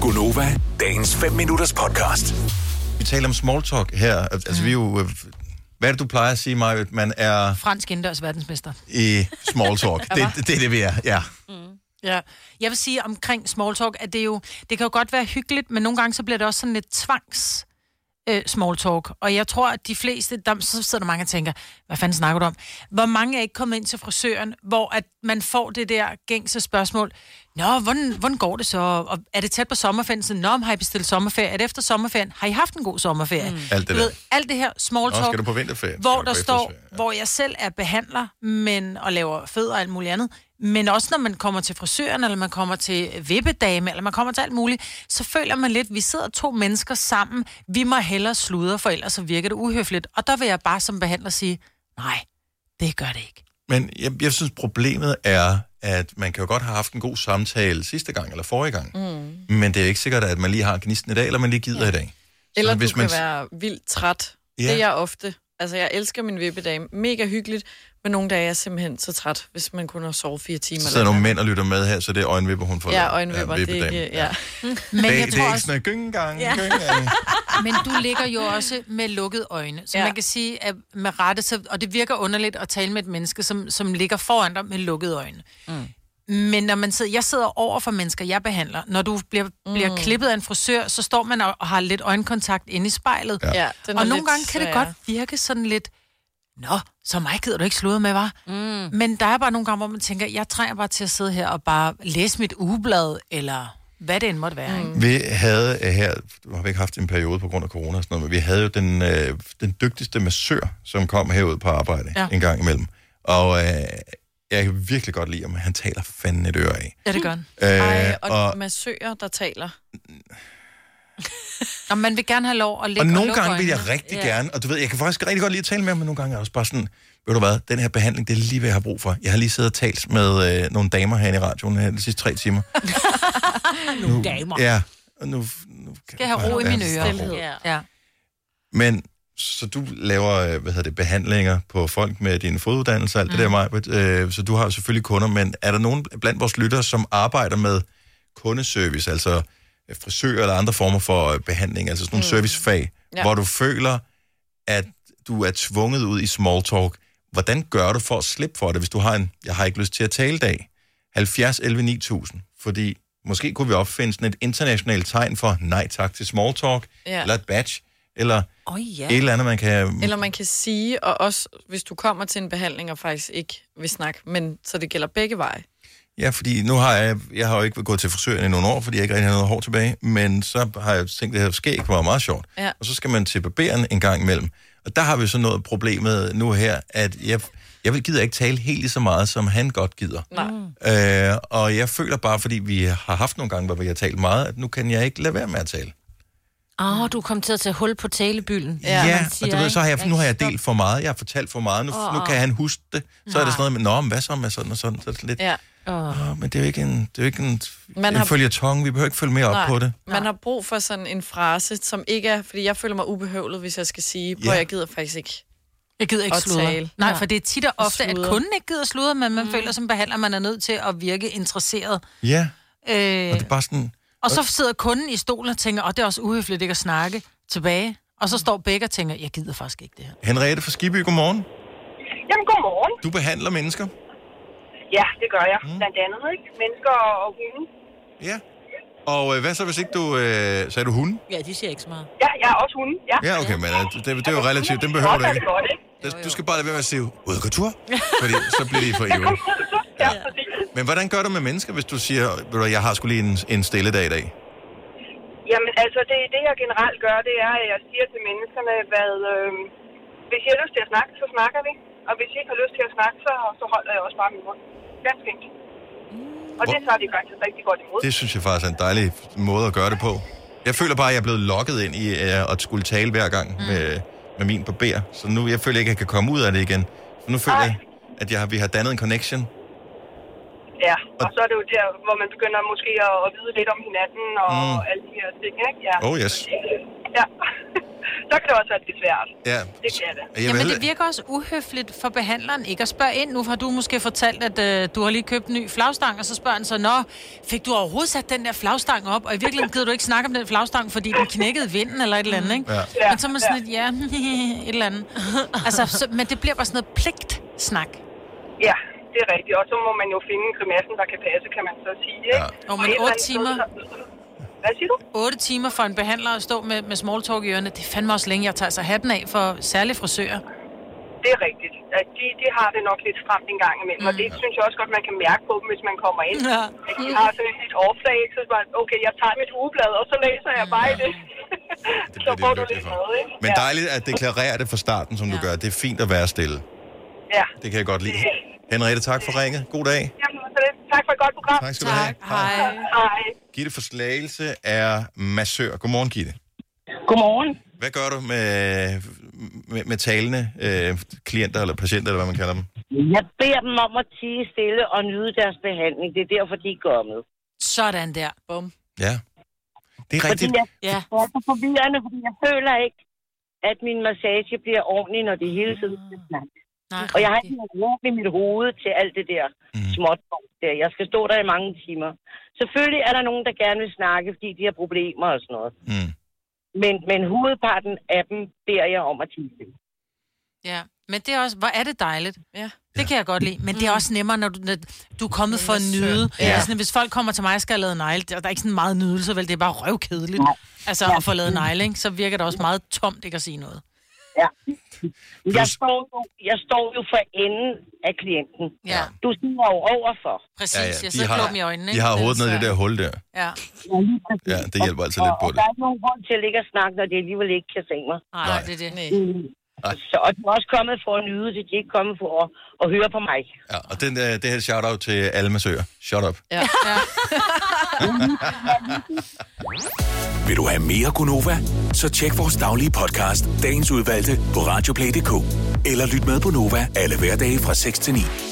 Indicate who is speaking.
Speaker 1: Gunova, dagens 5 minutters podcast.
Speaker 2: Vi taler om small talk her. Altså, mm. vi er jo... øh, Hvad er det, du plejer at sige, Maja? Man er
Speaker 3: Fransk indendørs verdensmester.
Speaker 2: i small talk. det, det, det er det, vi er, ja.
Speaker 3: Ja. Jeg vil sige omkring small talk, at det jo, det kan jo godt være hyggeligt, men nogle gange så bliver det også sådan lidt tvangs øh, small talk. Og jeg tror, at de fleste, der, så sidder der mange og tænker, hvad fanden snakker du om? Hvor mange er ikke kommet ind til frisøren, hvor at man får det der gængse spørgsmål, Nå, hvordan, hvordan går det så? Og er det tæt på sommerferien? Så, Nå, men har I bestilt sommerferie? Er det efter sommerferien? Har I haft en god sommerferie? Mm.
Speaker 2: Alt det
Speaker 3: du
Speaker 2: der.
Speaker 3: Ved, alt det her small
Speaker 2: Nå,
Speaker 3: talk.
Speaker 2: skal du på vinterferie? Skal
Speaker 3: Hvor
Speaker 2: du på
Speaker 3: der står,
Speaker 2: efterårsferie? Ja.
Speaker 3: hvor jeg selv er behandler, men, og laver fødder og alt muligt andet. Men også når man kommer til frisøren, eller man kommer til vippedame, eller man kommer til alt muligt, så føler man lidt, vi sidder to mennesker sammen, vi må hellere sludre, for ellers så virker det uhøfligt. Og der vil jeg bare som behandler sige, nej, det gør det ikke.
Speaker 2: Men jeg, jeg synes, problemet er, at man kan jo godt have haft en god samtale sidste gang eller forrige gang. Mm. Men det er ikke sikkert, at man lige har gnisten i dag, eller man lige gider ja. i dag. Så
Speaker 4: Eller du
Speaker 2: hvis
Speaker 4: kan
Speaker 2: man-
Speaker 4: være vildt træt.
Speaker 2: Ja.
Speaker 4: Ja. Det er jeg ofte. Altså, jeg elsker min vippedage. Mega hyggeligt. Men nogle dage er jeg simpelthen så træt, hvis man kun har sovet fire timer.
Speaker 2: Så sidder
Speaker 4: eller
Speaker 2: nogle mænd og lytter med her, så det er øjenvipper, hun får.
Speaker 4: sådan. Ja, øjenvipper. Ja, det er
Speaker 2: vippedame.
Speaker 4: ikke... Ja.
Speaker 3: Men
Speaker 2: Det, det
Speaker 3: jeg tror
Speaker 2: er ikke
Speaker 3: også-
Speaker 2: sådan en gyngang, ja. gyngang.
Speaker 3: Men du ligger jo også med lukkede øjne. Så ja.
Speaker 4: Ja.
Speaker 3: man kan sige, at med rette, så, og det virker underligt at tale med et menneske, som, som ligger foran dig med lukkede øjne. Mm. Men når man sidder, jeg sidder over for mennesker, jeg behandler. Når du bliver, mm. bliver klippet af en frisør, så står man og, og har lidt øjenkontakt inde i spejlet. Ja.
Speaker 4: ja den er
Speaker 3: Og nogle
Speaker 4: lidt
Speaker 3: gange kan det
Speaker 4: sværere.
Speaker 3: godt virke sådan lidt, nå, så mig gider du ikke sludre med, var. Mm. Men der er bare nogle gange, hvor man tænker, jeg trænger bare til at sidde her og bare læse mit ugeblad, eller hvad det end måtte være. Mm. Ikke?
Speaker 2: Vi havde øh, her, nu har vi ikke haft en periode på grund af corona og sådan noget, men vi havde jo den, øh, den dygtigste massør, som kom herud på arbejde
Speaker 3: Ja.
Speaker 2: ja. en gang imellem. Og øh, jeg kan virkelig godt lide, at han taler fanden et øre af.
Speaker 3: Ja, det gør den.
Speaker 4: Ej,
Speaker 2: Øh,
Speaker 4: og,
Speaker 2: og,
Speaker 4: og massører, der taler.
Speaker 3: Nå, man vil gerne have lov at ligge
Speaker 2: og nogle
Speaker 3: lukke
Speaker 2: gange vil jeg
Speaker 3: øjnene.
Speaker 2: rigtig gerne, og du ved, jeg kan faktisk rigtig godt lide at tale med ham, men nogle gange er jeg også bare sådan, ved du hvad, den her behandling, det er lige hvad jeg har brug for. Jeg har lige siddet og talt med øh, nogle damer herinde i radioen her de sidste tre timer.
Speaker 3: Nogle damer.
Speaker 2: Ja, og nu... nu kan
Speaker 3: jeg have
Speaker 2: bare-
Speaker 3: ro i
Speaker 2: ja,
Speaker 3: mine ører?
Speaker 2: ro.
Speaker 4: Ja.
Speaker 3: Ja.
Speaker 2: Men så du laver, øh, hvad hedder det, behandlinger på folk med din foduddannelse og alt mm. det der, Majbrit, øh, så du har jo selvfølgelig kunder, men er der nogen blandt vores lyttere, som arbejder med kundeservice, altså øh, frisører eller andre former for øh, behandling, altså sådan nogle mm. servicefag, ja.
Speaker 4: Ja.
Speaker 2: hvor du føler, at du er tvunget ud i small talk. Hvordan gør du for at slippe for det, hvis du har en, jeg har ikke lyst til at tale i dag, 70 11 9000, fordi måske kunne vi opfinde sådan et internationalt tegn for nej tak til small talk, ja.
Speaker 4: Ja.
Speaker 2: eller et badge, eller
Speaker 3: Åh oh, ja.
Speaker 2: et eller andet, man kan...
Speaker 4: Eller man kan sige, og også hvis du kommer til en behandling og faktisk ikke vil snakke, men så det gælder begge veje.
Speaker 2: Ja, fordi nu har jeg... Jeg har jo ikke gået til frisøren i nogle år, fordi jeg ikke rigtig har noget hår tilbage. Men så har jeg tænkt, at det her skæg var meget sjovt.
Speaker 4: Ja.
Speaker 2: Og så skal man til barberen en gang imellem. Og der har vi så noget problemet nu her, at jeg, jeg vil- gider ikke tale helt lige så meget, som han godt gider.
Speaker 4: Nej.
Speaker 3: Mm.
Speaker 2: Øh, og jeg føler bare, fordi vi har haft nogle gange, hvor vi har talt meget, at nu kan jeg ikke lade være med at tale.
Speaker 5: Åh, oh, du kom til at tage hul på talebylden.
Speaker 4: Ja,
Speaker 2: ja
Speaker 5: man siger,
Speaker 2: og du ved, så har jeg,
Speaker 5: ikke?
Speaker 2: nu har jeg delt for meget, jeg har fortalt for meget, nu, oh, nu kan han huske det. Så er det sådan noget med, nå, men hvad så med sådan og sådan? Så er det lidt,
Speaker 4: Ja.
Speaker 2: Åh, men det er jo ikke en, det er jo ikke en, en
Speaker 4: Man
Speaker 2: har...
Speaker 4: har-
Speaker 2: følgetong. Vi behøver ikke følge mere op
Speaker 4: Nej.
Speaker 2: på det.
Speaker 4: Man har brug for sådan en frase, som ikke er... Fordi jeg føler mig ubehøvlet, hvis jeg skal sige, hvor
Speaker 2: Ja.
Speaker 4: jeg gider faktisk ikke.
Speaker 3: Jeg gider ikke
Speaker 4: Og
Speaker 3: sludre.
Speaker 4: tale.
Speaker 3: Nej,
Speaker 4: Ja.
Speaker 3: for det er tit og ofte, at
Speaker 4: sludre.
Speaker 3: kunden ikke gider sludre, men man mm. føler som behandler, man er nødt til at virke interesseret.
Speaker 2: Ja, og
Speaker 3: Øh,
Speaker 2: det er bare sådan,
Speaker 3: og så sidder kunden i stolen og tænker, åh, det er også uhøfligt ikke at snakke tilbage. Og så står begge og tænker, jeg gider faktisk ikke det her.
Speaker 2: Henriette fra Skiby, godmorgen.
Speaker 6: Jamen, godmorgen.
Speaker 2: Du behandler mennesker.
Speaker 6: Ja, det gør jeg. Mm. Blandt andet, ikke? Mennesker og, og hunde.
Speaker 2: Ja. Og øh, hvad så, hvis ikke du... Øh, sagde du hunden?
Speaker 5: Ja, de siger ikke så meget.
Speaker 6: Ja, jeg er også hunde. Ja,
Speaker 2: Ja, okay, men øh, det, det, er jo relativt. Den
Speaker 6: Hunde,
Speaker 2: behøver
Speaker 6: de
Speaker 2: du ikke.
Speaker 6: kan også have det Godt, ikke?
Speaker 2: Det- Du skal bare lade være med at sige, ud og gå tur, fordi så bliver de for
Speaker 6: Kom,
Speaker 2: ivrige.
Speaker 6: så, så. Ja, præcis.
Speaker 2: Men hvordan gør du med mennesker, hvis du siger, ved du, hvad, jeg har skulle lige en, en stille dag i dag?
Speaker 6: Jamen, altså, det, det jeg generelt gør, det er, at jeg siger til menneskerne, hvad... Øh, hvis I har lyst til at snakke, så snakker vi. Og hvis I ikke har lyst til at snakke, så, så holder jeg også bare min mund. Ganske enkelt. Og det
Speaker 2: Hvor-
Speaker 6: tager de faktisk rigtig godt imod.
Speaker 2: Det synes jeg faktisk er en dejlig måde at gøre det på. Jeg føler bare, at jeg er blevet lokket ind i øh, at skulle tale hver gang
Speaker 6: Mm.
Speaker 2: med, med min barber. Så nu jeg føler ikke, at jeg kan komme ud af det igen. For nu føler
Speaker 6: Nej.
Speaker 2: jeg, at jeg har, vi har dannet en connection.
Speaker 6: Ja, og
Speaker 2: Og-
Speaker 6: så er det jo der, hvor man begynder måske at, at vide lidt om hinanden og
Speaker 2: Mm.
Speaker 6: alle de her ting, ikke? Ja.
Speaker 2: Oh, yes.
Speaker 6: Ja. så kan det også være lidt svært.
Speaker 2: Ja.
Speaker 6: Det kan det.
Speaker 2: Jamen,
Speaker 3: Jamen, det virker også uhøfligt for behandleren ikke at spørge ind. Nu har du måske fortalt, at øh, du har lige købt en ny flagstang, og så spørger han så, Nå, fik du overhovedet sat den der flagstang op? Og i virkeligheden gider du ikke snakke om den flagstang, fordi den knækkede i vinden eller et eller andet, ikke?
Speaker 2: Ja.
Speaker 3: Men så er man sådan lidt, ja, et eller andet. altså, så, men det bliver bare sådan noget pligt-snak.
Speaker 6: Ja, det er rigtigt. Og så må man jo finde grimassen, der kan passe, kan man så sige. Ikke?
Speaker 2: Ja.
Speaker 3: Jo, men
Speaker 6: Et eller
Speaker 3: otte
Speaker 6: andet sted,
Speaker 3: timer.
Speaker 6: så- Hvad siger du?
Speaker 3: 8 timer for en behandler at stå med, med small talk i ørerne, det er fandme også længe, jeg tager sig hatten af for særlige frisører.
Speaker 6: Det er rigtigt. At de, de har det nok lidt stramt en gang imellem, mm. og det synes jeg også godt, man kan mærke på dem, hvis man kommer ind.
Speaker 3: Ja.
Speaker 6: At de har sådan et lidt overflag, ikke? så bare, okay, jeg tager mit ugeblad, og så læser jeg bare i det.
Speaker 2: det
Speaker 6: så
Speaker 2: bliver
Speaker 6: får
Speaker 2: det
Speaker 6: du
Speaker 2: lykkeligt
Speaker 6: lidt
Speaker 2: for.
Speaker 6: noget, ikke?
Speaker 2: Men dejligt at deklarere det fra starten, som ja. du gør. Det er fint at være stille.
Speaker 6: Ja.
Speaker 2: Det kan jeg godt lide. Henriette, tak for ringet. God dag.
Speaker 6: Jamen, så det. Tak for et godt program.
Speaker 2: Tak skal du have.
Speaker 3: Hej.
Speaker 6: Hej.
Speaker 2: Gitte Forslagelse er massør. Godmorgen, Gitte.
Speaker 6: Godmorgen.
Speaker 2: Hvad gør du med, med, med talende øh, klienter eller patienter, eller hvad man kalder dem?
Speaker 7: Jeg beder dem om at tige stille og nyde deres behandling. Det er derfor, de er kommet.
Speaker 3: Sådan der.
Speaker 4: Bum.
Speaker 2: Ja. Det er
Speaker 7: Fordi
Speaker 2: rigtigt.
Speaker 7: jeg
Speaker 3: Ja.
Speaker 7: jeg er så forvirrende, fordi jeg føler ikke, at min massage bliver ordentlig, når det hele tiden skal snakke.
Speaker 3: Nej,
Speaker 7: Og jeg har
Speaker 3: rigtig.
Speaker 7: ikke noget rum i mit hoved til alt det der
Speaker 2: Mhm.
Speaker 7: småt der. Jeg skal stå der i mange timer. Selvfølgelig er der nogen, der gerne vil snakke, fordi de har problemer og sådan noget.
Speaker 2: Mm.
Speaker 7: Men, men hovedparten af dem beder jeg om at tige stille.
Speaker 3: Ja. Men det er også, hvor er det dejligt.
Speaker 4: Ja.
Speaker 3: Det kan jeg godt lide, men det er også nemmere, når du, når du er kommet for at nyde. Mm. Ja. Altså, hvis folk kommer til mig og skal have lavet negle, der der er ikke sådan meget nydelse, vel? Det er bare røvkedeligt. Altså, at få lavet negle, ikke? så virker det også meget tomt ikke at sige noget.
Speaker 7: Ja. Jeg,
Speaker 2: Plus-
Speaker 7: står jo, jeg står jo for enden af klienten.
Speaker 3: Ja,
Speaker 7: Du sidder jo overfor.
Speaker 3: præcis.
Speaker 2: Ja,
Speaker 3: Ja,
Speaker 2: ja.
Speaker 3: Jeg
Speaker 2: De
Speaker 3: sidder og
Speaker 2: har,
Speaker 3: dem i øjnene.
Speaker 2: de har hovedet ned i det der hul der.
Speaker 3: Ja.
Speaker 2: Ja, det hjælper altid
Speaker 7: og,
Speaker 2: lidt på
Speaker 7: og
Speaker 2: det.
Speaker 7: der er ikke nogen grund til at ligge og snakke, når de alligevel ikke kan se mig.
Speaker 3: Ej,
Speaker 2: Nej.
Speaker 3: Nej, det er det.
Speaker 4: Nej.
Speaker 2: Ej.
Speaker 7: Så, og de er også kommet for at nyde det. De er ikke kommet for at, at høre på mig.
Speaker 2: Ja, og den, øh, det her shout-out til alle massører. Shut up.
Speaker 4: Ja.
Speaker 3: Ja.
Speaker 1: Vil du have mere Gunova? Så tjek vores daglige podcast, dagens udvalgte, på radioplay.dk. Eller lyt med på Nova alle hverdage fra 6 til 9.